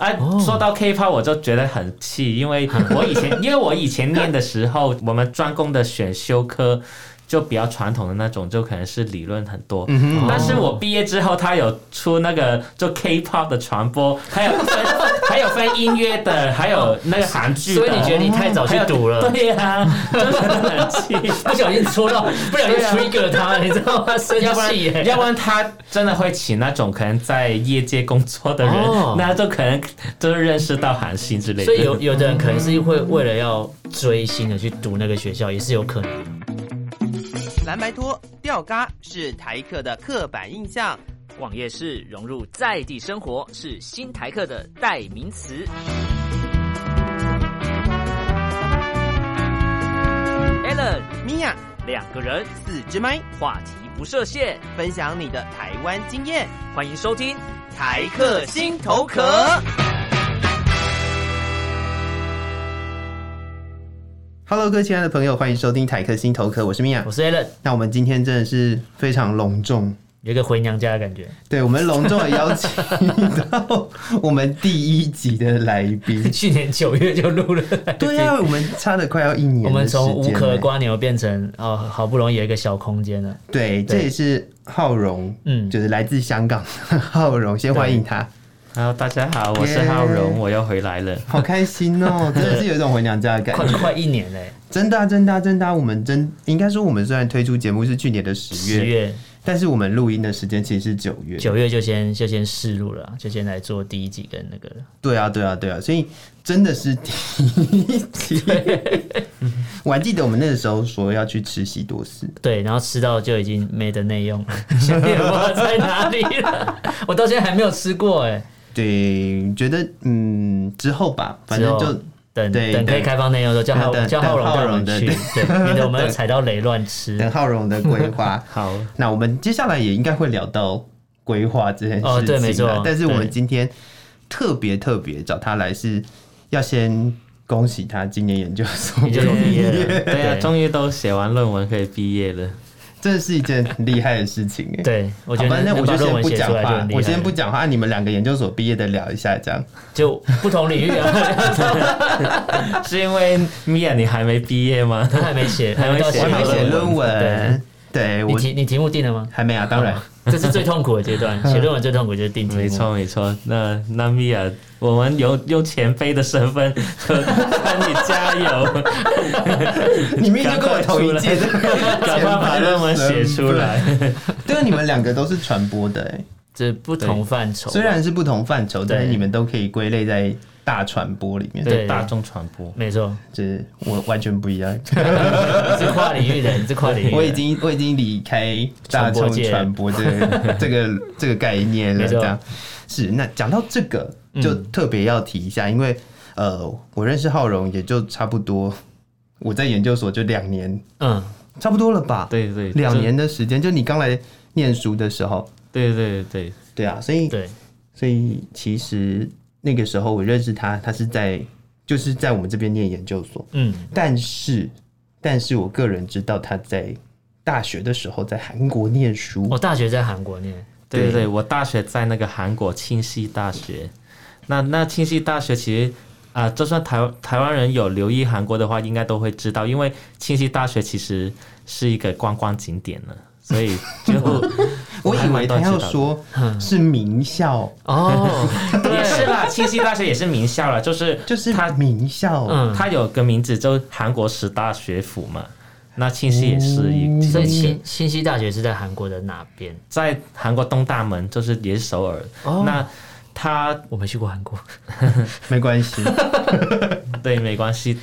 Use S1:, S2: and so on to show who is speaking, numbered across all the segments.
S1: 哎、
S2: 哦
S1: 说到 K-pop，我就觉得很气，因 为我以前，因为我以前念的时候， 我们专攻的选修科就比较传统的那种，就可能是理论很多。
S2: 嗯
S1: 但
S2: 哦
S1: 是我毕业之后，他有出那个就 K-pop 的传播，还有分还有分音乐的，还有那个韩剧的。
S2: 所以你觉得你太早去赌了，
S1: 对呀、真的很气。
S2: 不小心戳到，不小心 trigger 他， 你知道吗？生
S1: 啊要不
S2: 气
S1: 然，
S2: 耶！
S1: 要不然他真的会请那种可能在业界工作的人，
S2: 哦
S1: 那就可能就是认识到韩星之类的。
S2: 所以有有的人可能是会为了要追星的去读那个学校，也是有可能的。
S3: 蓝白拖、吊嘎是台客的刻板印象。
S4: 逛夜市融入在地生活是新台客的代名词。Allen
S3: 米娅，
S4: 两个人
S3: 四支麦，
S4: 话题不设限，
S3: 分享你的台湾经验，
S4: 欢迎收听。
S3: 台客心头壳。Hello，各位亲爱的朋友，欢迎收听台客心头壳，我是米娅
S2: 我。是 Alan，
S3: 那我们今天真的是非常隆重，
S2: 有一个回娘家的感觉，
S3: 对我们隆重的邀请到我们第一集的来 宾。
S2: 去年九月就 录了。
S3: 对啊，我们差了快要一年的
S2: 我
S3: 时间欸，
S2: 们从无壳瓜牛变成哦，好不容易有一个小空间了。
S3: 对，这
S2: 对
S3: 也是浩荣，
S2: 嗯
S3: 就是来自香港的浩荣，先欢迎他，
S1: Hello，大家 好，我是浩荣，我又回来了。
S3: 好开心哦，真的是有一种回娘家的感
S2: 快
S3: 觉，
S2: 快一年嘞，
S3: 真的啊、真的啊、真的啊、我们真应该说，我们虽然推出节目是去年的十月，
S2: 十月、
S3: 但是我们录音的时间其实是九月，
S2: 九月就先就先试录了啊，就先来做第一集跟那个了。
S3: 对啊，对啊，对啊，所以真的是第一集， 我还记得我们那个时候说要去吃喜多斯，
S2: 对，然后吃到就已经没得内用了， 想念不知道在哪里了。我到现在还没有吃过哎、
S3: 对，觉得嗯之后吧，反正
S2: 之后
S3: 就
S2: 等
S3: 对
S2: 等可以
S3: 对
S2: 开放内容的时候，叫
S3: 等
S2: 浩叫
S3: 等
S2: 浩龙
S3: 浩
S2: 带我
S3: 荣
S2: 们
S3: 的
S2: 去，对，免得我们又
S3: 对
S2: 踩到雷乱吃。
S3: 等浩荣的规划
S1: 好，
S3: 那我们接下来也应该会聊到规划这件事情啦、
S2: 哦对没错
S3: 但是我们
S2: 对
S3: 今天特别特别找他来，是要先恭喜他今年研究所
S2: 你就
S3: 毕
S2: 毕业
S3: 业，
S2: 了，
S1: 对呀、
S2: 对
S1: 终于都写完论文可以毕业了。
S3: 真的是一件很厉害的事情 哎。，
S2: 对，我
S3: 我
S2: 觉得
S3: 反正
S2: 能
S3: 我
S2: 把
S3: 就
S2: 论
S3: 先
S2: 文
S3: 不
S2: 写
S3: 讲
S2: 出来就
S3: 话
S2: 很，厉害。
S3: 我先不，讲话，啊你们两个研究所毕业的聊一下这样。
S2: 就不同领域啊，
S1: 是因为米娅你还没毕业吗？
S2: 他还没写，
S1: 还
S2: 还
S1: 没
S2: 没到
S1: 写
S3: 我还没
S1: 到
S2: 到
S3: 写
S1: 论
S3: 论文，对
S2: 你
S3: 我
S2: 题你题目定了吗？哦
S3: 还没啊，当然。
S2: 这是最痛苦的阶段，写论文最痛苦就是定题目。
S1: 没错没错，那那米娅，我们用用前辈的身份， 和你加油，
S3: 你明明就跟我同一届的，。
S1: 赶快把论文写出来。
S3: 对，你们两个都是传播的、哎。
S2: 这不同范畴。
S3: 虽然是不同范畴，
S2: 哦对
S3: 但是你们都可以归类在大传播里面。
S2: 对
S1: 大众传播。
S2: 没错，
S3: 就是我完全不一样。
S2: 你是跨领域的，你是跨领域的。
S3: 我已经我已经离开大众传播这个这个这个概念了。
S2: 没错
S3: 这样是那讲到这个，就特别要提一下，因为呃，我认识浩荣也就差不多，我在研究所就两年，
S2: 嗯，
S3: 差不多了吧？，
S1: 对对，
S3: 两
S1: 就
S3: 年的时间，就你刚来念书的时候。
S1: 对对对，
S3: 对啊，所以
S2: 对，
S3: 所以其实那个时候我认识他，他是在就是在我们这边念研究所，
S2: 嗯，
S3: 但是但是我个人知道他在大学的时候在韩国念书，
S2: 我哦大学在韩国 念，
S1: 对对
S3: 对
S1: 对，我大学在那个韩国庆熙大学，那那庆熙大学其实啊、就算台台湾人有留意韩国的话，应该都会知道，因为庆熙大学其实是一个观光景点了，所以就
S3: 我以为他要说是名校，
S2: 哦，
S1: 也是啦，庆熙大学也是名校了，就是
S3: 就是
S1: 它
S3: 名校，
S2: 嗯
S1: 它有个名字就韩国十大学府嘛，那庆熙也是一，
S2: 所以
S1: 其实
S2: 新新西大学是在韩国的哪边？
S1: 在韩国东大门就是也是首尔，那它
S2: 我没去过韩国，
S3: 没关系，
S1: 对，没关系。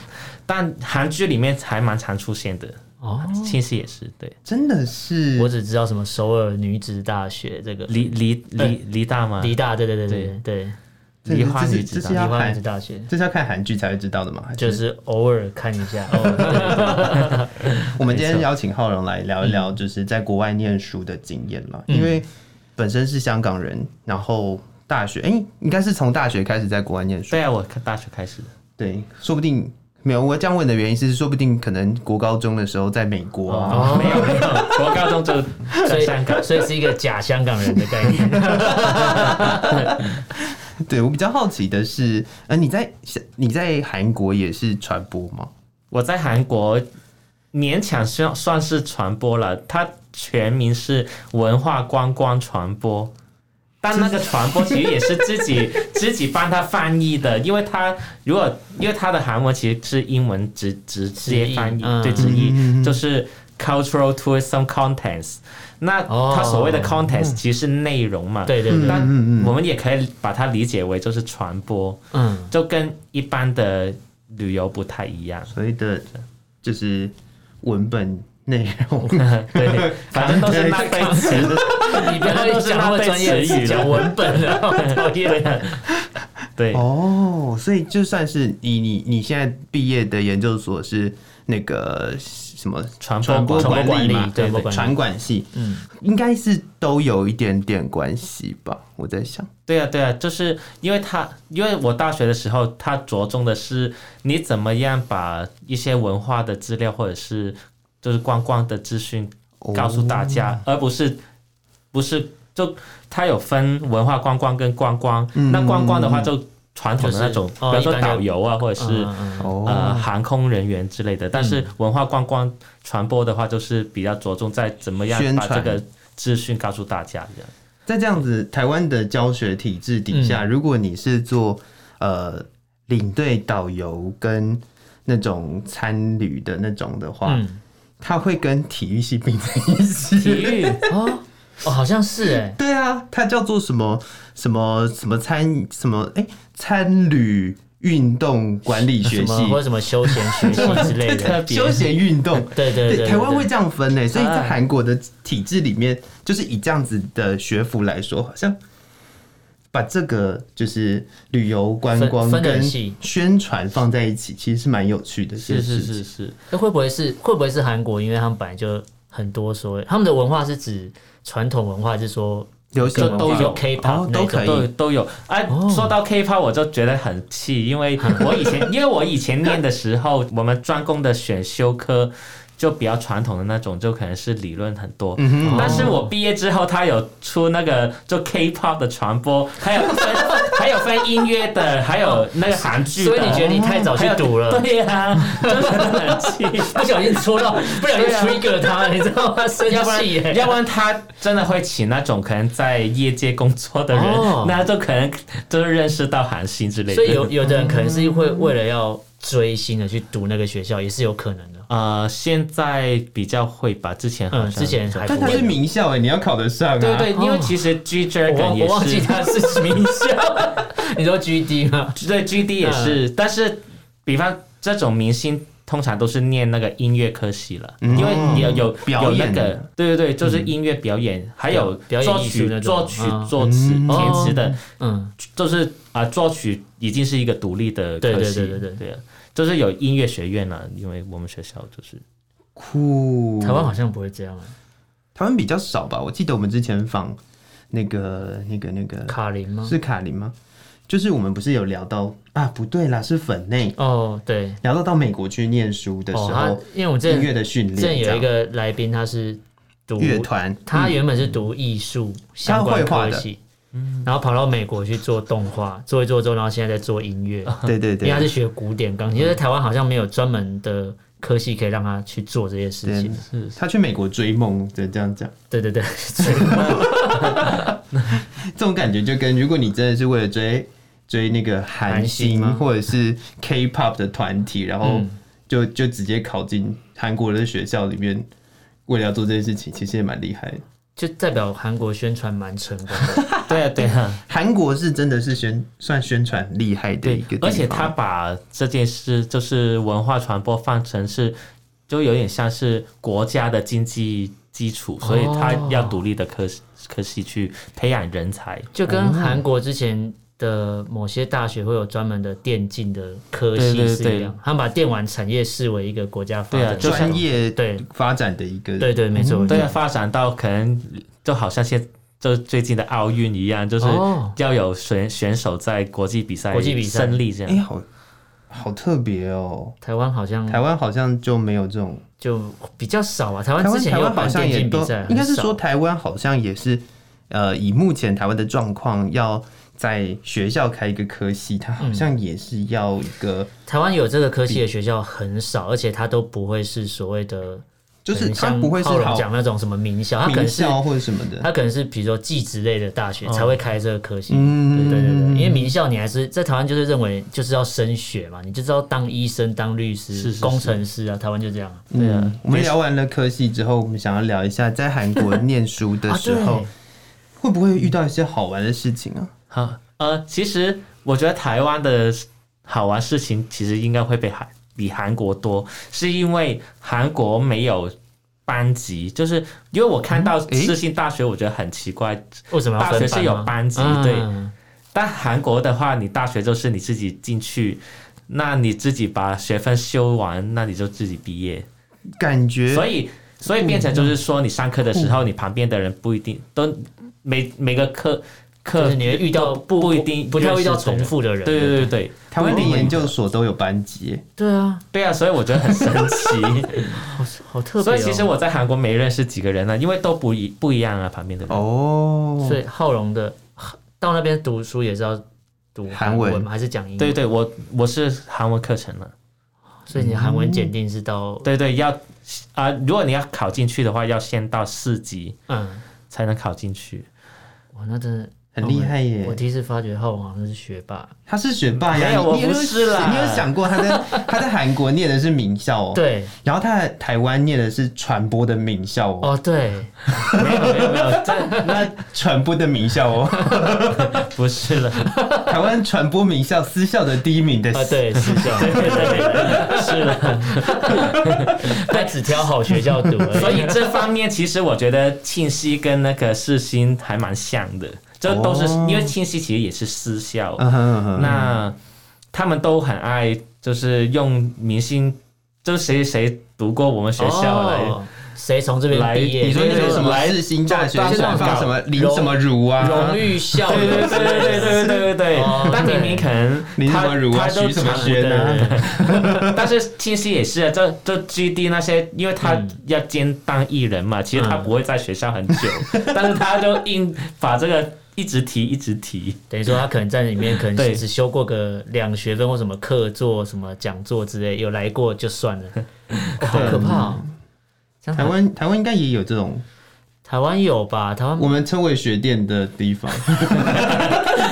S1: 但韩剧里面还蛮常出现的
S2: 哦，
S1: 庆熙也是对，
S3: 真的是
S2: 我只知道什么首尔女子大学这个
S1: 梨梨梨梨大嘛，
S2: 梨大，对对对对对，
S3: 这
S1: 梨花
S3: 这是
S1: 女子
S3: 这
S1: 大
S3: 是要
S2: 梨
S3: 看
S2: 花女子大学。
S3: 这是要看韩剧才会知道的嘛？还
S2: 就是偶尔看一 下，哦偶尔对
S3: 我们今
S2: 没
S3: 天
S2: 错
S3: 邀请浩荣来聊一聊，就是在国外念书的经验啦。因为本身是香港人，然后大学，哎、应该是从大学开始在国外念书。
S1: 对啊，我看大学开始的，
S3: 对，说不定没有。我这样问的原因是，说不定可能国高中的时候在美国啊，
S1: 哦，没有没有，我高中就
S2: 所
S1: 在香港，
S2: 以所以是一个假香港人的概念，
S3: 对我比较好奇的是，呃，你在你在韩国也是传播吗？
S1: 我在韩国勉强算算是传播了，它全名是文化观光传播。但那个传播其实也是自己 自己帮他翻译的，因为他如果因为他的韩文其实是英文直直接翻译
S2: 直译嗯，
S1: 对直译就是 cultural tourism contents。那
S2: 哦
S1: 它所谓的 contents 其实是内容嘛，
S2: 对对对
S1: 但我们也可以把它理解为就是传播，
S2: 嗯，
S1: 就跟一般的旅游不太一样。
S3: 所谓的就是文本内容，
S1: 对，反正都是那堆词，
S2: 你不要讲那么专业的词，讲文本了，我讨厌啊了。
S1: 对，
S3: 哦，所以就算是你你你现在毕业的研究所是那个什么
S1: 传播
S3: 传播
S1: 管
S2: 理
S3: 理
S2: 嘛
S3: 嘛，
S2: 对
S3: 对
S2: 传播管理
S3: 传管系，嗯，应该是都有一点点关系吧？我在想，
S1: 对啊，对啊，就是因为他，因为我大学的时候，他着重的是你怎么样把一些文化的资料或者是就是观光的资讯
S3: 哦
S1: 告诉大家，而不是不是就它有分文化观光跟观光，那观光的话就传统的那种，
S2: 就是哦
S1: 比如说
S2: 一般的
S1: 导游啊，或者是、
S2: 嗯嗯
S3: 哦，嗯
S1: 呃航空人员之类的。但是文化观光传播的话，就是比较着重在怎么样
S3: 宣
S1: 把
S3: 传
S1: 这个资讯告诉大家这样。
S3: 在这样子台湾的教学体制底下，如果你是做呃领队、导游跟那种参旅的那种的话，
S2: 嗯
S3: 他会跟体育系并在一
S1: 体
S3: 起。
S1: 育。
S2: 哦哦，好像是哎，
S3: 对啊，它叫做什么什么什么参什么哎参旅运动管理学
S2: 什
S3: 系
S2: 么或者什么休闲学 习之类的，
S3: 休闲运动。
S2: 对对对，
S3: 台湾会这样分呢，所以在
S1: 哎
S3: 韩国的体制里面，就是以这样子的学府来说，好像把这个就是旅游观
S2: 分
S3: 光
S2: 分得很
S3: 跟
S2: 细
S3: 宣传放在一起，其实是蛮有趣的一
S1: 是
S3: 件事情。
S1: 是是是，
S2: 那会不会是会不会是韩国？因为他们本来就很多所谓他们的文化是指传统文化，是说
S3: 流行文化
S1: 都有
S2: 有 K-pop
S3: 哦
S2: 那
S3: 都
S2: 种
S3: 可以
S1: 都都有。哎、
S2: 哦
S1: 说到 K-pop，我就觉得很气，因 为我以前因为我以前念的时候，我们专攻的选修科就比较传统的那种，就可能是理论很多。
S3: 嗯
S1: 但是我毕业之后，他有出那个就 K-pop 的传播，还有分还有分音乐的，还有那个韩剧的。
S2: 所以你觉得你太早去
S1: 还有
S2: 赌了？
S1: 对呀、真的很气。
S2: 不小心戳到，不
S3: 啊
S2: 小心 trigger 他，你知道吗？生
S1: 要不
S2: 气耶
S1: 然，！要不然他真的会请那种可能在业界工作的人，
S2: 哦
S1: 那就可能就是认识到韩星之类的。
S2: 所以有有的人可能是会为了要追星的去读那个学校，也是有可能的。
S1: 呃，现在比较会吧，之前好像
S2: 嗯，之前还不
S3: 但它
S2: 会
S3: 是名校哎，你要考得上啊。
S1: 对对，因为
S2: 哦
S1: 其实 G
S2: 我
S1: Dragon
S2: 忘
S1: 也
S2: 我忘记
S1: 是，
S2: 他是名校，你说 GD 吗？
S1: 对 GD 也是，
S2: 嗯
S1: 但是比方这种明星。通常都是念那个音乐科系了，
S3: 嗯
S1: 因为有有
S3: 表
S1: 有那
S3: 演
S1: 个
S3: 的，
S1: 对对对，就是音乐表演，还有
S2: 嗯表演
S1: 作
S2: 艺术
S1: 曲
S2: 那、种
S1: 作曲
S2: 嗯、
S1: 作词、
S3: 嗯
S1: 填词的，
S2: 嗯，
S1: 就是啊、作曲已经是一个独立的
S2: 对
S1: 科
S2: 对
S1: 系，
S2: 对对对
S1: 对啊，就是有音乐学院了，因为我们学校就是
S3: 酷，
S2: 台湾好像不会这样啊。
S3: 台湾比较少吧？我记得我们之前访那个那个那个
S2: 卡林吗？
S3: 是卡林吗？就是我们不是有聊到啊？不对啦，是粉内
S2: 哦，对，
S3: 聊到到美国去念书的时
S2: 哦，
S3: 候，
S2: 他因为我之
S3: 音乐
S2: 前
S3: 的训练
S2: 之前
S3: 这
S2: 有
S3: 样
S2: 一个来宾，他是读
S3: 乐团，嗯
S2: 他原本是读艺术相关科系，然后跑到美国去做动画，做一做之后，然后现在在做音乐，
S3: 对对
S2: 因为他是
S3: 对，
S2: 学古典钢琴，因为台湾好像没有专门的科系可以让他去做这些事情。
S1: 是
S3: 他去美国追梦，只能这样讲，
S2: 对对对， 所以
S3: 这种感觉就跟如果你真的是为了追追那个韩
S2: 韩星
S3: 星
S2: 吗嗯
S3: 或者是 K-pop 的团体，然后就就直接考进韩国的学校里面，为了要做这件事情，其实也蛮厉害的。
S2: 就代表韩国宣传蛮成功的。
S1: 对啊对啊，
S3: 韩国是真的是宣算宣传厉害的一
S1: 对
S3: 个地，方，
S1: 而且他把这件事就是文化传播放成是，就有点像是国家的经济基础，
S2: 哦
S1: 所以他要独立的科科系去培养人才。
S2: 就跟韩国之前的某些大学会有专门的电竞的科系
S1: 对对
S2: 是一样，
S1: 对
S2: 他们把电玩产业视为一个国家发
S1: 对
S2: 展。
S1: 啊就像
S3: 专业
S2: 对
S3: 发展的一个
S2: 对对，没错。
S1: 对啊，发展到可能就好像现就最近的奥运一样，就是
S2: 哦
S1: 要有选选手在国际比赛
S2: 国际比赛
S1: 胜利这
S3: 哎、
S1: 样。
S3: 好好特别哦。
S2: 台湾好像
S3: 台湾好像就没有这种
S2: 就比较少啊，台湾
S3: 台
S2: 之
S3: 湾
S2: 前
S3: 台
S2: 有
S3: 湾好
S2: 办
S3: 像
S2: 电
S3: 也
S2: 竞
S3: 都
S2: 比赛，
S3: 应该是
S2: 很少
S3: 说台湾好像也是，呃，以目前台湾的状况，要在学校开一个科系，它好像也是要一个，
S2: 台湾有这个科系的学校很少，而且它都不会是所谓的，
S3: 就是
S2: 很
S3: 它
S2: 像
S3: 不会是
S2: 浩龙
S3: 好
S2: 讲那种什么名校，它可
S3: 名
S2: 能是
S3: 校或者什么的。
S2: 它可能是比如说技职类的大学才会开这个科系。
S3: 嗯
S2: 对对对对，因为名校你还是在台湾就是认为就是要升学嘛，你就知道当医生、当律师、
S1: 是是是
S2: 工程师啊，台湾就这样。
S1: 对啊
S3: 嗯，我们聊完了科系之后，我们想要聊一下在韩国念书的时候、
S2: 啊
S3: 会不会遇到一些好玩的事情啊？
S1: 好，呃，其实我觉得台湾的好玩事情其实应该会比韩比韩国多，是因为韩国没有班级，就是因为我看
S2: 嗯
S1: 到
S3: 诶
S1: 世新大学，我觉得很奇怪，
S2: 为什么要
S1: 大学
S2: 分
S1: 是有
S2: 班
S1: 班级，
S2: 吗？
S1: 对，
S2: 啊
S1: 但韩国的话，你大学就是你自己进去。那你自己把学分修完，那你就自己毕业。
S3: 感觉
S1: 所以，所以变成就是说，你上课的时
S2: 哦
S1: 候，你旁边的人不一定都每每个课
S2: 就
S1: 课
S2: 是你会遇
S1: 都
S2: 到不
S1: 不一定
S2: 不太会遇到
S1: 认识的
S2: 重
S1: 人
S2: 复的人。
S1: 对对对对，
S3: 台湾的
S1: 不一定
S3: 研究所都有班级，
S2: 对啊，
S1: 对啊，所以我觉得很神 奇。
S2: 好好特别
S1: 所
S2: 哦。
S1: 以其实我在韩国没认识几个人啊呢，因为都不一不一样啊，旁边的人。
S3: 哦，
S2: 所以浩荣的到那边读书也是要读韩
S3: 韩
S2: 文
S3: 文
S2: 吗？还是讲英文？
S1: 对对，我我是韩文课程了。
S2: 所以你的韩
S3: 嗯
S2: 文检定是到
S1: 对对，要啊、如果你要考进去的话，要先到四级
S2: 嗯，
S1: 才能考进去。
S2: 哇，那真的
S3: 很厉害耶
S2: 我第一次发觉浩荣好像是学霸，
S3: 他是学霸呀，
S1: 没有
S3: 你你
S1: 我不
S3: 有
S1: 是啦
S3: 你有想过 他在他在韩国念的是名校哦，，
S2: 对，
S3: 然后他在台湾念的是传播的名校哦，
S2: 哦对，
S1: 没有没有没有，这
S3: 那传播的名 校哦，
S1: 不是 了，
S3: 台湾传播名校私校的第一名的
S2: 啊对，是这样， 是的，但只挑好学校读而已，
S1: 所以这方面其实我觉得庆熙跟那个世新还蛮像的，这都是、
S3: 哦
S1: 因为庆熙其实也是私校，
S3: 嗯哼嗯哼，
S1: 那他们都很爱，就是用明星，就是谁谁读过我们学校来，
S2: 哦谁从这边
S1: 来
S2: 毕业，
S3: 嗯你说那
S1: 对
S3: 个
S1: 对
S3: 什么
S1: 来
S3: 世新大学
S1: 做
S3: 选
S1: 广
S3: 放
S1: 告
S3: 什么林什么如啊，
S2: 荣誉校
S1: 对
S2: 友
S1: 对
S2: 之
S1: 对
S2: 类的，
S1: 对对对对对
S2: 哦，
S1: 但明明可能
S3: 林什
S1: 他
S3: 么如啊，
S1: 他都
S3: 徐什么
S1: 常
S3: 轩啊，
S1: 但是庆熙也是啊，这这 GD 那些，因为他要兼当艺人嘛，其实他不会在学校很久，但是他就硬把这个一直提一直提。
S2: 等于说他可能在里面可能
S1: 对
S2: 只修过个两学分或什么课座、什么讲座之类，有来过就算了，哦好可怕、哦！像
S3: 台
S2: 台
S3: 湾台湾应该也有这种
S2: 台湾有吧？台湾
S3: 我们称为学店的地方，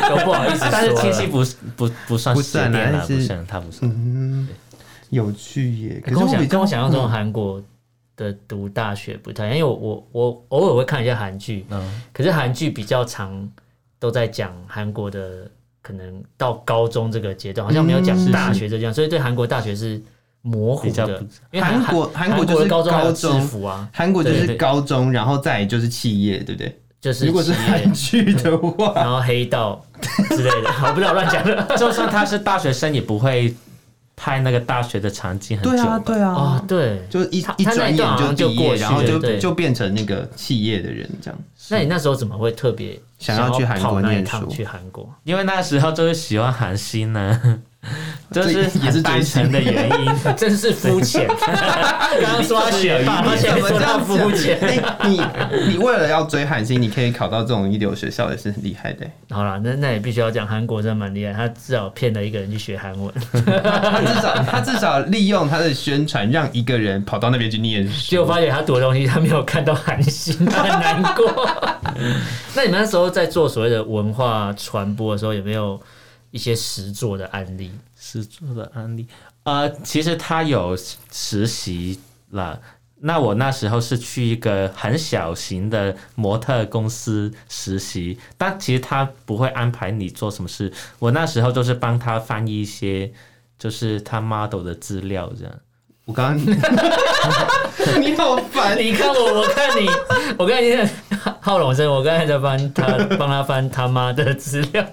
S2: 都不好意思说了，
S1: 但是庆熙不不不算
S3: 不
S1: 是
S3: 算啊
S1: 点啊，
S3: 是
S1: 不算，他不算。
S3: 嗯，有趣耶。可
S2: 哎跟
S3: 是
S2: 我
S3: 我比
S2: 想
S3: 较嗯
S2: 跟我想象中的韩国的读大学不太一样，因为我我我偶尔会看一下韩剧，
S1: 嗯，
S2: 可是韩剧比较常都在讲韩国的，可能到高中这个阶段，好像没有讲
S3: 嗯
S2: 大学这样，所以对韩国大学是模糊
S1: 比较
S2: 的
S1: 不。
S2: 因为韩
S3: 韩国
S2: 韩
S3: 韩国就是
S2: 的高中还有
S3: 高中
S2: 制服啊，
S3: 韩国就
S1: 对
S3: 是
S1: 对
S3: 高中，然后再就是企业，对不对？
S2: 就是
S3: 如果是
S2: 企业
S3: 韩剧的话，
S2: 然后黑道之类的， 我不知道乱讲的。
S1: 就算他是大学生，也不会拍那个大学的场景很久
S3: 对啊，
S1: 吧。
S3: 对
S2: 哦
S3: 啊，，
S2: 对，
S3: 就一
S2: 他
S3: 一
S2: 他那
S3: 转
S2: 一段好像
S3: 眼
S2: 就
S3: 毕业，
S2: 过去
S3: 然后
S2: 了
S3: 就
S2: 对
S3: 就变成那个企业的人这样。
S2: 那你那时候怎么会特别
S3: 想要去韩国
S2: 跑那一
S3: 念
S2: 趟
S3: 书
S2: 去韩国，
S1: 因为那时候就是喜欢韩星呢，就是
S3: 这也是
S1: 很单纯的原因。
S2: 真是肤浅。刚刚说他学 霸，而且说他肤浅。
S3: 哎，你你为了要追韩星，你可以考到这种一流学校也是很厉害的。
S2: 好啦，那那也必须要讲，韩国真的蛮厉害，他至少骗了一个人去学韩文，
S3: 他至少他至少利用他的宣传，让一个人跑到那边去念 书。
S2: 结果发现他读的东西他没有看到韩星，他很难过。 那你们那时候在做所谓的文化传播的时候，有没有一些实作的案例？
S1: 实做的案例，呃，其实他有实习了。那我那时候是去一个很小型的模特公司实习，但其实他不会安排你做什么事。我那时候就是帮他翻译一些，就是他 model 的资料这样。
S3: 我刚刚 你好烦，
S2: 你看我，我看你， 我刚才已经很浩龙生，我刚才在翻他帮他翻他妈的资料，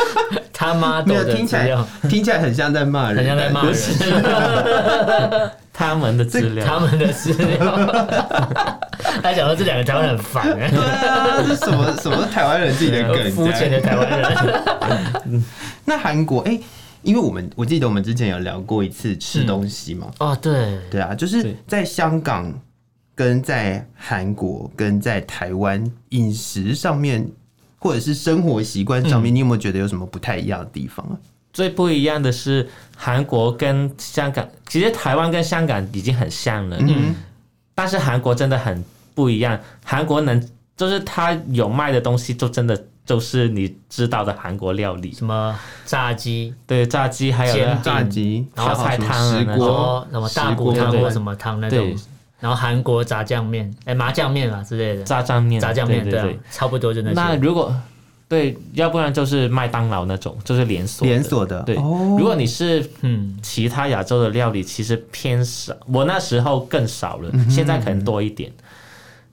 S2: 他妈
S3: 没
S2: 的
S3: 有
S2: 的
S3: 听起
S2: 资
S3: 来
S2: 料，
S3: 听起来很像在骂人，
S2: 很像在骂
S1: 不
S2: 人，
S1: 是他们的资
S2: 他
S1: 料，
S2: 们的资料。他讲到这两个台湾人很烦、 欸，
S3: 对啊，这什 么什么台湾人自己的梗，
S2: 肤浅的。台湾 人。
S3: 那韩国哎、因为我们我记得我们之前有聊过一次吃东西嘛，
S2: 哦，对，
S3: 对啊，就是
S1: 对
S3: 在香港、跟在韩国、跟在台湾饮食上面或者是生活习惯上
S2: 嗯
S3: 面，你有没有觉得有什么不太一样的地方啊？
S1: 最不一样的是韩国跟香港，其实台湾跟香港已经很像了，
S3: 嗯
S1: 但是韩国真的很不一样。韩国能就是它有卖的东西，就真的就是你知道的韩国料理，
S2: 什么炸鸡，
S1: 对炸鸡，还有
S2: 煎
S1: 那
S2: 饼
S3: 嗯炸鸡、
S1: 然后菜
S3: 小什么
S1: 汤啊
S3: 石
S1: 那
S2: 然
S1: 种
S3: 锅
S2: 后、什么大
S3: 石
S2: 骨
S3: 锅
S2: 汤
S1: 对
S2: 或什么汤那种
S1: 对，
S2: 然后韩国炸酱面，哎、麻酱面啊之类的，
S1: 炸酱面，
S2: 炸酱面
S1: 对
S2: 对
S1: 对
S2: 啊
S1: 对。，
S2: 差不多就那
S1: 那
S2: 些。
S1: 如果对，要不然就是麦当劳那种，就是连锁的
S3: 连。锁的，
S1: 对，
S3: 哦
S1: 如果你是
S2: 嗯，
S1: 其他亚洲的料理其实偏少，我那时候更少了，现在可能多一点。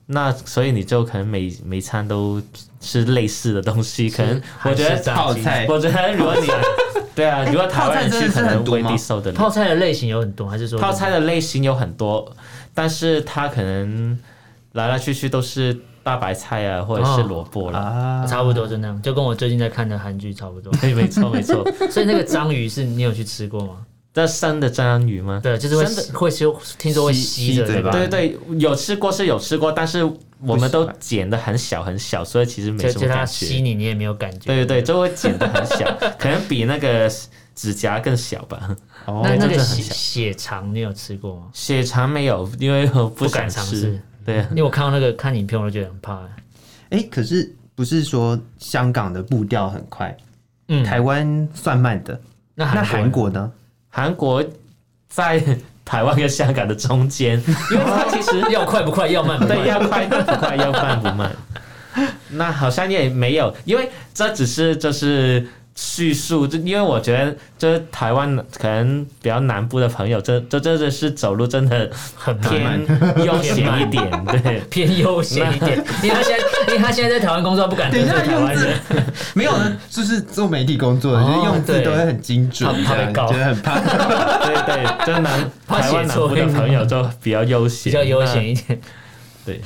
S1: 那所以你就可能每每餐都是类似的东西，可能我觉
S2: 韩
S1: 得
S2: 式炸
S3: 泡
S2: 鸡
S3: 菜
S1: 我觉得如果你对啊，如果台湾人去可能未必受得
S2: 泡
S1: 了。
S2: 菜的类型有很多，还是说
S1: 泡菜的类型有很多，但是它可能来来去去都是大白菜啊，或者是萝卜
S2: 哦
S1: 啦。。
S3: 啊，
S2: 差不多就那样，就跟我最近在看的韩剧差不多
S1: 哎对，没错没 错。
S2: 所以那个章鱼是你有去吃过吗？
S1: 这生的章鱼吗？
S2: 对，就是
S1: 生的
S2: 会会修，听说会
S3: 吸
S2: 吸着
S3: 吸
S2: 对
S3: 嘴
S2: 吧？
S1: 对对，有吃过是有吃过，但是我们都剪的很小很小，所以其实没
S2: 就
S1: 什么
S2: 就它
S1: 感
S2: 吸
S1: 觉。
S2: 你，你也没有感觉。
S1: 对对对，就会剪的很小，可能比那个指甲更小 吧。
S3: 哦
S2: 那那
S1: 真
S2: 个
S1: 的很
S2: 血
S1: 小
S2: 血肠你有吃过吗？
S1: 血肠没有，因为我不
S2: 不
S1: 想
S2: 敢尝
S1: 吃
S2: 试。，
S1: 对啊，
S2: 因为我看到那个看影片我都觉得很怕。
S3: 哎、可是不是说香港的步调很快，
S2: 嗯，
S3: 台湾算慢的，
S2: 那
S3: 那
S2: 韩
S3: 韩
S2: 国
S3: 国呢？
S1: 韩国在台湾跟香港的中间，因为它其实
S2: 呢 要快不快，要慢不
S1: 对
S2: 慢。
S1: 要快不快，要慢不慢。那好像也没有，因为这只是就是叙述，就因为我觉得这台湾可能比较南部的朋友，这这真的是走路真的
S2: 很
S1: 偏
S2: 慢，
S1: 悠闲一点，对。
S2: 偏悠闲一 点。因为他现在，因为他现在在台湾工作，不敢得罪 台湾人。
S3: 没有呢，就是做媒体工作的，
S2: 嗯哦
S3: 就是用字
S2: 对
S3: 都会很精准，
S2: 怕怕被告
S3: 这样觉得很怕。
S1: 对对，真南
S2: 怕
S1: 台湾南
S2: 写错
S1: 部的
S2: 英文
S1: 朋友就比较悠闲，
S2: 比较悠闲。一
S1: 嗯
S2: 点。
S1: 对，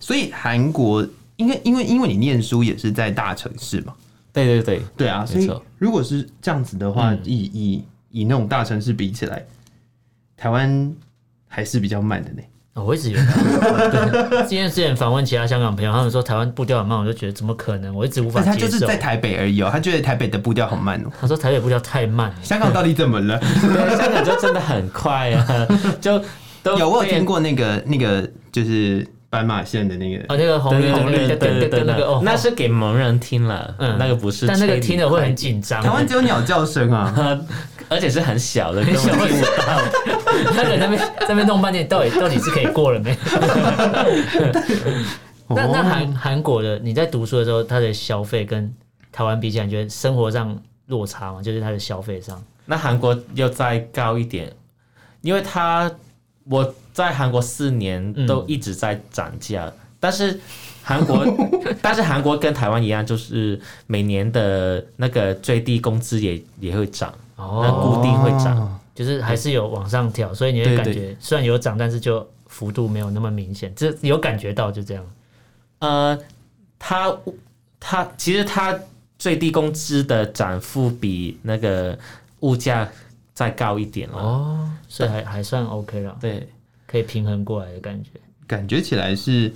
S3: 所以韩国，因为因为因为你念书也是在大城市嘛，
S1: 对对对，
S3: 对啊，所
S1: 没
S3: 以
S1: 错
S3: 如果是这样子的
S2: 嗯
S3: 话，以以以那种大城市比起来，台湾还是比较慢的呢。
S2: 哦我一直以为台湾对今天之前访问其他香港朋友，他们说台湾步调很慢，我就觉得怎么可能？我一直无法
S3: 但他
S2: 接
S3: 就是
S2: 受
S3: 在。台北而已哦，他觉得台北的步调好慢哦。
S2: 他说台北步调太慢了，
S3: 香港到底怎么了？
S1: 对香港就真的很快啊，就都
S3: 有我有
S1: 被
S3: 听过那个那个就是斑马线的那个
S2: 哦，那个红
S1: 对
S2: 绿
S1: 对
S2: 红绿
S1: 对
S2: 灯
S1: 对对
S2: 灯灯
S1: 对，
S2: 那个哦，
S1: 那是给盲人听了，
S2: 嗯
S1: 那个不是，
S2: 但那个听了会很，紧张。
S3: 台湾只有鸟叫声啊，
S1: 而且是很小的，根 本听不到。
S2: 他在那边在那边弄半天，到底到底是可以过了 没？ 那
S3: 哦
S2: 那韩韩国的，你在读书的时候，他的消费跟台湾比起来，你觉得生活上落差吗？就是他的消费上，
S1: 那韩国又再高一点，因为它我在韩国四年
S2: 嗯
S1: 都一直在涨价，但是韩国， 但是韩国跟台湾一样，就是每年的那个最低工资也也会涨，那
S2: 哦，
S1: 固定会涨。
S3: 哦
S2: 就是还是有往上调，所以你会感
S1: 对
S2: 觉虽然有涨，但是就幅度没有那么明显，这有感觉到就这样。
S1: 呃，它它其实它最低工资的涨幅比那个物价再高一点了。
S2: 哦，所以还还算 OK 了，
S1: 对，
S2: 可以平衡过来的感觉。
S3: 感觉起来是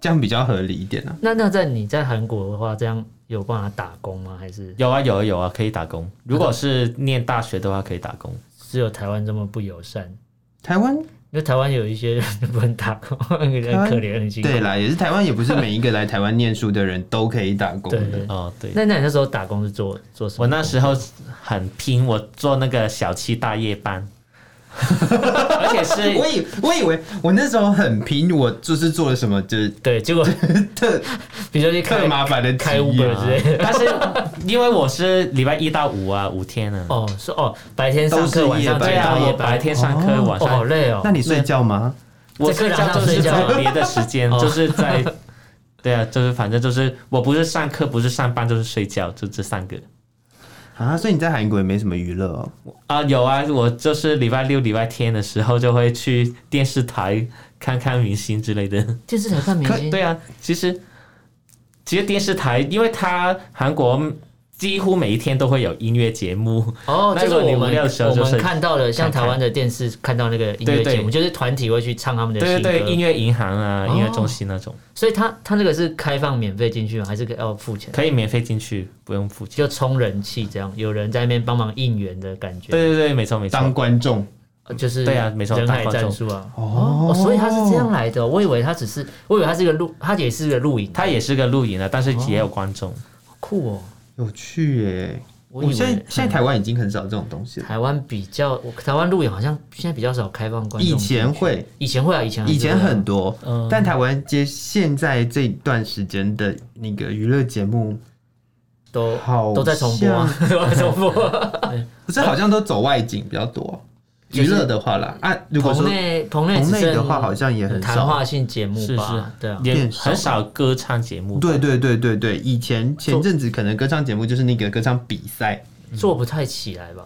S3: 这样比较合理一点啊。
S2: 那那在你在韩国的话，这样有办法打工吗？还是
S1: 有啊有啊有啊，可以打工。如果是念大学的话，可以打工。
S2: 只有台湾这么不友善？
S3: 台湾
S2: 因为台湾有一些 人不能打工，很可怜，很辛苦。
S3: 对啦，也是台湾，也不是每一个来台湾念书的人都可以打工
S2: 对
S3: 的。
S2: 对。
S1: 哦，对，
S2: 那那你那时候打工是做做什么工？
S1: 我那时候很拼，我做那个小七大夜班，而且
S3: 我
S1: 是
S3: 以我以为我那时候很拼，我就是做了什么就是
S2: 对，结果
S3: 特
S2: 比如说去
S3: 特
S2: 开
S3: 麻烦的
S2: 开
S3: 职业啊
S1: 啊
S2: Uber 之类的。
S1: 但是因为我是礼拜一到五啊，五天啊，
S2: 哦，是哦，白天上课，
S3: 都
S2: 晚
S3: 是夜
S2: 上
S3: 班
S1: 对
S2: 再
S1: 啊，
S2: 到
S1: 我
S2: 夜班，
S1: 白天上课，晚
S2: 哦，好
S1: 上
S2: 累哦
S3: 那。你睡觉吗？
S1: 我睡觉就是在别的时间，
S2: 哦
S1: 就是在。对啊，就是反正就是，我不是上课，不是上班，就是睡觉，就这三个
S3: 啊，所以你在韩国也没什么娱乐哦。
S1: 啊。有啊，我就是礼拜六、礼拜天的时候就会去电视台看看明星之类的。
S2: 电视台看明
S1: 可
S2: 星，
S1: 对啊，其实其实电视台，因为它韩国几乎每一天都会有音乐节目。
S2: 哦，
S1: 那
S2: 就是
S1: 如果
S2: 我
S1: 你无
S2: 们
S1: 聊的时候
S2: 我
S1: 就是
S2: 们看到的，像
S1: 看看
S2: 台湾的电视看到那个音乐
S1: 对对
S2: 节目，就是团体会去唱他们的
S1: 对
S2: 新歌。
S1: 对对，音乐银行啊，
S2: 哦
S1: 音乐中心那种，
S2: 所以他他那个是开放免费进去吗？还是要付钱？
S1: 可以免费进去，不用付钱。
S2: 就充人气这样，有人在那边帮忙应援的感觉，
S1: 对对对，没错没错。
S3: 当观众
S2: 呃就是
S1: 对啊没错
S2: 人海
S1: 当观
S2: 战
S1: 众
S2: 术啊。
S3: 哦
S2: 哦，所以他是这样来的哦、我以为他只是，我以为他是一个录，他也是一个录影，
S1: 它也是个录影的，但是也有观众。
S2: 好酷哦。
S3: 有趣耶！
S2: 我
S3: 我
S2: 以为
S3: 现在现在台湾已经很少这种东西了，
S2: 台湾比较，我台湾录影好像现在比较少开放观众
S3: 以
S2: 进去。
S3: 前会，
S2: 以前会啊，以前还是
S3: 以前
S2: 会啊
S3: 很多
S2: 嗯，
S3: 但台湾接现在这段时间的那个娱乐节目，
S2: 都
S3: 好
S2: 都在重播啊， 都在重播。
S3: 不是好像都走外景比较多。娱乐的话啦，啊， 如果
S2: 棚
S3: 说
S2: 内棚内
S3: 棚
S2: 只
S3: 内
S2: 剩
S3: 的话好像也很
S2: 谈
S3: 少
S2: 话性节目
S1: 是是
S2: 吧？对啊，
S1: 也
S3: 变少
S1: 很少歌唱节目。
S3: 对对对对对，以前前阵子可能歌唱节目就是那个歌唱比赛，
S2: 做不太起来吧？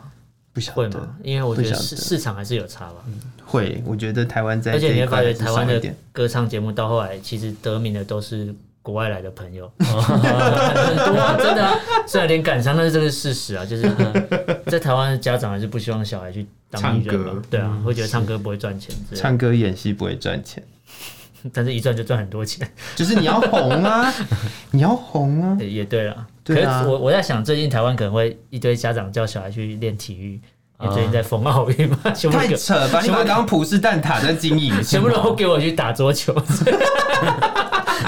S3: 不晓
S2: 会
S3: 得
S2: 吗？因为我觉
S3: 嗯不
S2: 得
S3: 晓得
S2: 市市场还是有差吧。
S3: 会，我觉得台湾在
S2: 而且
S3: 这
S2: 你
S3: 一
S2: 会发
S3: 块
S2: 觉
S3: 还是
S2: 台湾
S3: 少一
S2: 的
S3: 点。
S2: 歌唱节目到后来，其实得名的都是国外来的朋 友，很多啊，真的啊。虽然有点感伤，但是这个是事实啊， 就是呃在台湾的家长还是不希望小孩去当艺人
S3: 唱
S2: 吧
S3: 歌？
S2: 对啊，会觉得唱歌不会赚钱之类的，
S3: 唱歌演戏不会赚钱，
S2: 但是一赚就赚很多钱。
S3: 就是你要红啊，你要红啊，
S2: 也也对了，可
S3: 对
S2: 是
S3: 啊
S2: 我我在想，最近台湾可能会一堆家长叫小孩去练体育，因
S1: 啊
S2: 为最近在封奥运 嘛，全部
S3: 太
S2: 给
S3: 扯吧！你把它当葡式蛋挞在经营，
S2: 全部都给我去打桌球，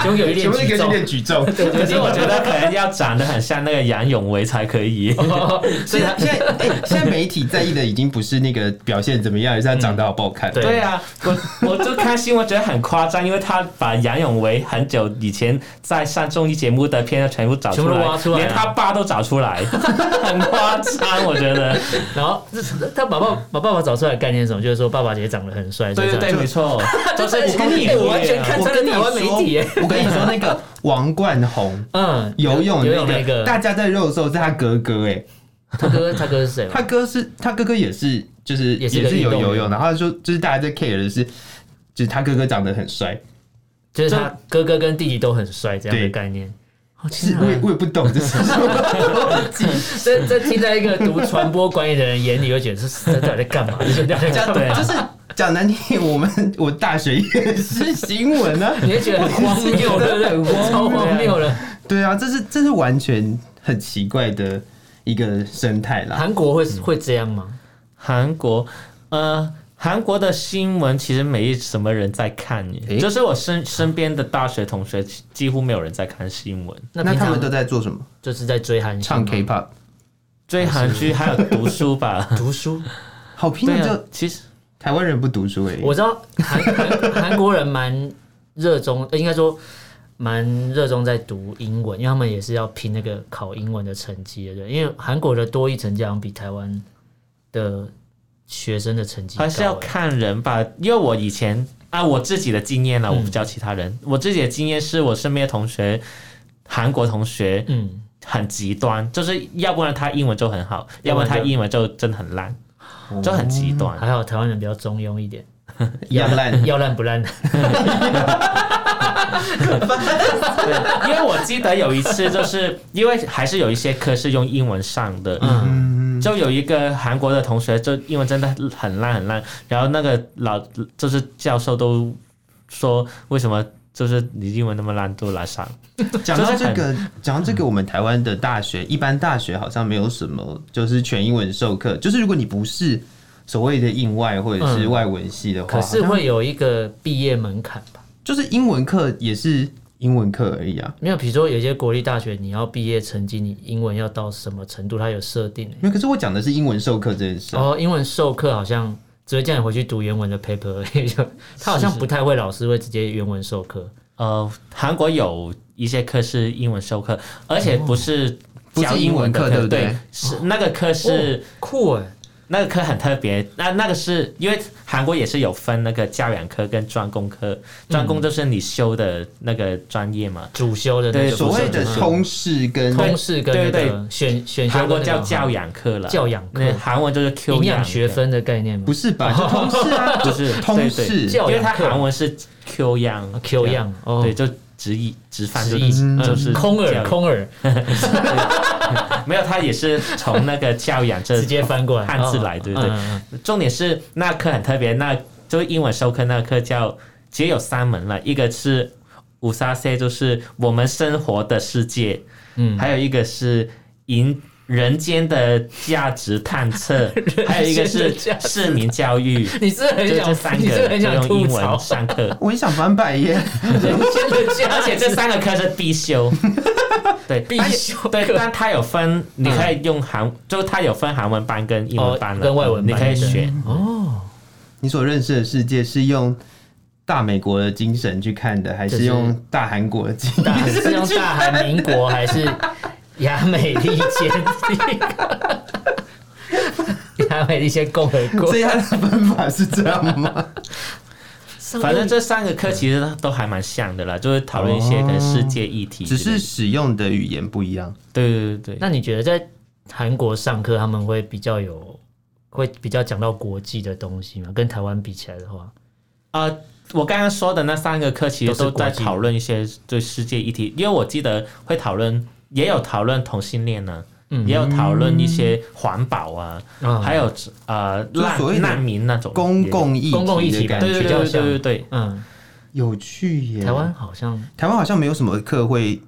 S2: 全部给我去
S3: 全
S2: 练
S3: 部都给
S2: 举
S3: 去
S2: 重，
S3: 练举重。
S1: 可是我觉得可能要长得很像那个杨永维才可 以。
S2: 所
S3: 所
S2: 以
S3: 以
S2: 他
S3: 现在， 哎、现在媒体在意的已经不是那个表现怎么样，而是他长得好不好看。
S2: 嗯对
S1: 对啊，我我就看新闻觉得很夸张，因为他把杨永维很久以前在上综艺节目的片段全部找出
S2: 全部
S1: 来，
S2: 挖出来啊
S1: 连他爸都找出 来，很夸张，我觉得。
S2: 然后这他把爸把爸爸找出来的概念是什么？就是说爸爸也长得很帅，
S1: 对对对，
S2: 所以
S1: 没 错，都是
S2: 这样
S1: 同一
S2: 哎
S1: 部
S2: 我完全
S1: 啊
S2: 看
S3: 我
S2: 穿
S3: 跟
S2: 了
S3: 你
S2: 台湾媒体耶，
S3: 说，我跟你说，那个王冠宏
S2: 嗯，
S3: 游泳
S2: 游泳
S3: 那
S2: 那
S3: 个，
S2: 个，
S3: 大家在肉的时候是他哥哥、哎，
S2: 他哥他哥是谁？
S3: 他哥是他哥哥也是，就是
S2: 也
S3: 也
S2: 是个
S3: 是
S2: 运
S3: 有
S2: 动员
S3: 游泳，然后他说就是大家在 care 的是，就是他哥哥长得很帅，
S2: 就是他哥哥跟弟弟都很帅这样的
S3: 对
S2: 概念。好
S3: 是我也我也不懂这是什 么逻辑，
S2: 这这听在一个读传播管理的人眼里，会觉得是这到底在干嘛？这到底在
S3: 讲
S2: 干嘛？
S3: 就是讲难听，我们我大学也是新闻啊，
S2: 你会觉得很荒谬，对不对？超荒谬了。
S3: 对啊，这是这是完全很奇怪的一个生态啦。
S2: 韩国会会这样吗？
S1: 韩国，呃，韩国的新闻其实没什么人在看耶，
S3: 诶
S1: 就是我身身边的大学同学几几乎没有人在看新闻，
S2: 那
S3: 那
S2: 平
S3: 他
S2: 常
S3: 们都在做什么？
S2: 就是在追韩星
S3: 唱
S2: 吗。
S3: K-pop，
S1: 追韩剧还有读书吧
S2: 读书。
S3: 好拼
S1: 对
S3: 的
S1: 啊
S3: 就，
S1: 其实
S3: 台湾人不读书哎，
S2: 我知道韩韩韩国人蛮热衷，呃应该说蛮热衷在读英文，因为他们也是要拼那个考英文的成绩的，对。因为韩国的多益成绩好像比台湾的学生的成绩高
S1: 还是要
S2: 欸
S1: 看人吧，因为我以前啊，我自己的经验啦，我不教其他人，我自己的经验是我身边的同学，韩国同学
S2: 嗯，
S1: 很极端，就是要不然他英文就很好，
S2: 要
S1: 要不
S2: 不然
S1: 然
S2: 就
S1: 他英文就真的很烂，就很极端。
S2: 还好台湾人比较中庸一点，
S3: 一样烂。
S2: 要烂不烂。
S1: 对，因为我记得有一次，就是因为还是有一些课是用英文上的，
S2: 嗯，
S3: 嗯，
S1: 就有一个韩国的同学，就英文真的很烂很烂，然后那个老就是教授都说为什么。就是你英文那么烂都来上，
S3: 讲到
S1: 就是
S3: 这
S1: 很
S3: 个，讲到这个，我们台湾的大学，一般大学好像没有什么，就是全英文授课。就是如果你不是所谓的印外或者是外文系
S1: 嗯
S3: 的话，
S2: 可是
S3: 好像
S2: 会有一个毕业门槛吧？
S3: 就是英文课也是英文课而已啊。
S2: 没有，比如说有些国立大学，你要毕业成绩，你英文要到什么程度，它有设定欸、
S3: 没有，可是我讲的是英文授课这件事
S1: 哦
S3: 啊、
S2: 然后英文授课好像只会叫你回去读原文的 paper，而已 就他好像不太会，老师会直接原文授课。
S3: 哦
S1: 呃，韩国有一些课是英文授课，而且不是
S3: 嗯不
S1: 教
S3: 是
S1: 英
S3: 英
S1: 文
S3: 文
S1: 的
S3: 课
S1: 课，
S3: 对不对哦
S1: 对？是那个课是
S2: 酷
S1: 欸
S2: 哎、
S1: 那个课很特别，那那个是因为韩国也是有分那个教养科跟专攻科，专攻就是你修的那个专业嘛。
S2: 主修的那
S1: 对
S2: 个
S3: 所谓的
S2: 主修
S3: 通识跟
S2: 通识跟那
S1: 对对
S2: 个选选修
S1: 韩
S2: 跟
S1: 国
S2: 那个
S1: 叫教养课了，
S2: 教养课
S1: 那韩文就是 Q
S2: 营养学，分的概念吗
S3: 不是吧？就 通识啊，
S1: 就是
S3: 通
S1: 对对
S3: 识，
S2: 教
S1: 因为它
S2: 养课
S1: 韩文是 Q 样
S2: 啊 Q 样哦
S1: 对，就直译直翻就
S2: 直译嗯
S1: 是就是
S2: 空
S1: 教育，
S2: 耳空耳，
S1: 没有他也是从那个教养这
S2: 直接翻过来，
S1: 汉字来
S2: 哦
S1: 对不对
S2: 嗯嗯
S1: 重点是那课很特别，那就是英文授课那课叫，其实有三门了，一个是五沙 C，就是我们生活的世界，
S2: 嗯
S1: 还有一个是银。人间的价值探 测，还有一个是市民教育，
S2: 嗯你是很
S1: 就这
S2: 想，
S1: 三
S2: 你是
S1: 个
S2: 很
S1: 就
S2: 想
S1: 用
S2: 吐
S1: 英
S2: 槽
S1: 文，上课
S3: 我也想翻白眼。
S2: 人间的 价值，
S1: 而且这三个课是必 修，对，
S2: 必修课
S1: 但是对，但它有分，你可以用韩，就是它有分韩文班跟英文班
S2: 哦
S1: 了，
S2: 跟外文班
S1: 你可以
S2: 对
S1: 选，
S2: 哦，
S3: 你所认识的世界是用大美国的精神去看的，还
S2: 就是
S3: 是用大韩国的精神？
S2: 大是用大韩民国还是亚美利坚帝 国？亚美利坚共和国
S3: 所，以他的分法是这样吗？
S2: 嗯
S1: 反正这三个课其实都还蛮像的啦，就是讨论一些可能世界议题之
S3: 哦只
S1: 类的。
S3: 是使用的语言不一样。
S1: 对对对对，
S2: 那你觉得在韩国上课他们会比较有，会比较讲到国际的东西吗？跟台湾比起来的话，
S1: 啊，我刚刚说的那三个课其实
S2: 都是
S1: 都
S2: 国际
S1: 在讨论一些对世界议题，因为我记得会讨论，也有讨论同性恋呢、
S3: 嗯
S1: 也有讨论一些环保啊，
S2: 嗯
S1: 还有呃
S3: 就所谓
S1: 难
S3: 的
S1: 难民那种
S3: 公共议
S2: 公共议
S3: 题
S2: 题
S3: 的
S2: 吧
S3: 感
S1: 对对
S3: 觉
S2: 比
S1: 对
S2: 较
S1: 对对
S2: 像
S1: 对对
S2: 嗯，
S3: 有趣耶。
S2: 台湾好像
S3: 台湾好像没有什么课会，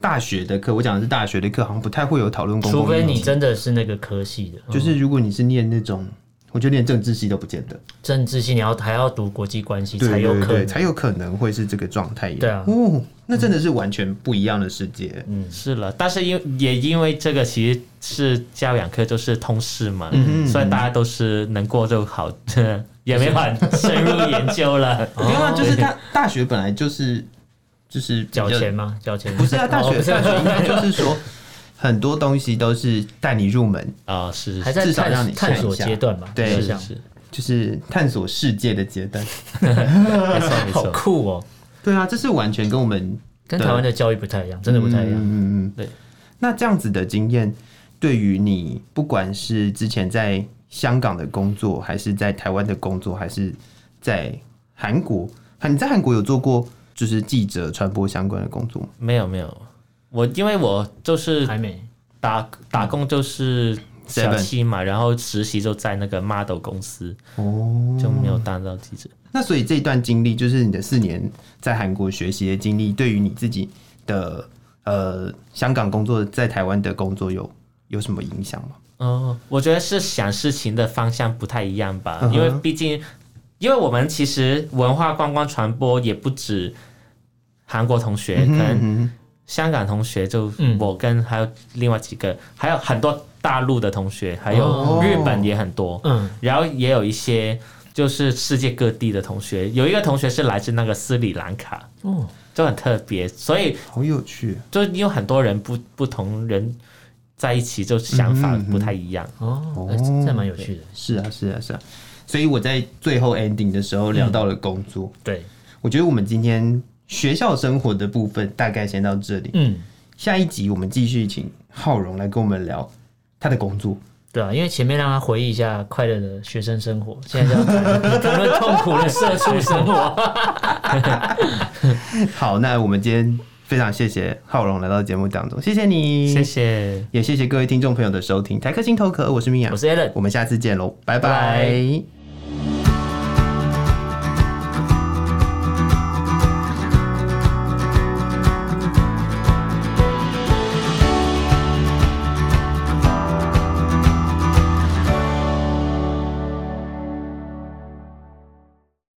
S3: 大学的课，我讲的是大学的课，好像不太会有讨论公共
S2: 除
S3: 议
S2: 非
S3: 题
S2: 你真的是那个科系的，
S3: 就是如果你是念那种，我觉得连政治系都不见得，
S2: 嗯政治系，你要还要读国际关系
S3: 对
S2: 才有
S3: 对
S2: 可
S3: 对，
S2: 能。
S3: 才有可能会是这个状态耶。
S2: 对啊
S3: 哦，那真的是完全不一样的世界。
S1: 是了，但是因也因为这个其实是教养课就是通识嘛，
S2: 嗯
S1: 所以大家都是能过就好， 也没法深入研究 了。
S3: 没
S2: 哦
S3: 有啊，就是大大学本来就是就是比较
S2: 缴钱吗？缴钱
S3: 不是啊，大
S2: 哦
S3: 学
S2: 不是
S3: 大学应该就是说很多东西都是带你入门，
S1: 啊、是是
S2: 还在
S3: 至少让
S2: 探
S3: 你
S2: 探索
S3: 看一下
S2: 阶段吧？
S3: 对
S2: 比
S1: 是是
S2: 较像
S1: 是，
S3: 就是探索世界的阶段。
S1: 没错没
S2: 好
S1: 错。
S2: 酷哦，
S3: 对啊，这是完全跟我们
S2: 跟台湾的教育不太一样，真的不太一样。
S3: 嗯嗯嗯，
S1: 对。
S3: 那这样子的经验，对于你不管是之前在香港的工作，还是在台湾的工作，还是在韩国，啊你在韩国有做过就是记者、传播相关的工作吗？
S1: 没有没有，我因为我就是
S2: 还没
S1: 打打工就是小
S3: Seven
S1: 七嘛，然后实习就在那个 model 公司，
S3: 哦，
S1: 就没有
S2: 嗯
S1: 当到记者。
S3: 那所以这一段经历，就是你的四年在韩国学习的经历，对于你自己的呃香港工作，在台湾的工作有有什么影响吗？
S1: 哦，我觉得是想事情的方向不太一样吧，
S3: 嗯哼
S1: 因为毕竟，因为我们其实文化观光传播也不止韩国同学，可能
S3: 嗯
S1: 香港同学就
S2: 嗯
S1: 我跟还有另外几个，还有很多大陆的同学，还有
S3: 哦
S1: 日本也很多，
S2: 嗯
S1: 然后也有一些就是世界各地的同学，有一个同学是来自那个斯里兰卡，
S2: 哦，
S1: 就很特别，所以
S3: 好有趣，
S1: 就因为很多人不不同人在一起，就想
S3: 嗯
S1: 法不太一样。
S2: 哦
S3: 哦，
S2: 哎这还蛮有趣的。
S3: 是啊，是啊，是啊。所以我在最后 ending 的时候聊到了工作，
S2: 对，
S3: 我觉得我们今天学校生活的部分大概先到这里，
S2: 嗯，
S3: 下一集我们继续请浩荣来跟我们聊他的工作。
S2: 对啊，因为前面让他回忆一下快乐的学生生活，现在就要 谈谈论痛苦的社畜生活。
S3: 好，那我们今天非常谢谢浩荣来到节目当中，谢谢你，
S1: 谢谢。
S3: 也谢谢各位听众朋友的收听，台客心头壳，我是米娅
S2: 我，是 Alan，
S3: 我们下次见喽，拜
S2: 拜
S3: 拜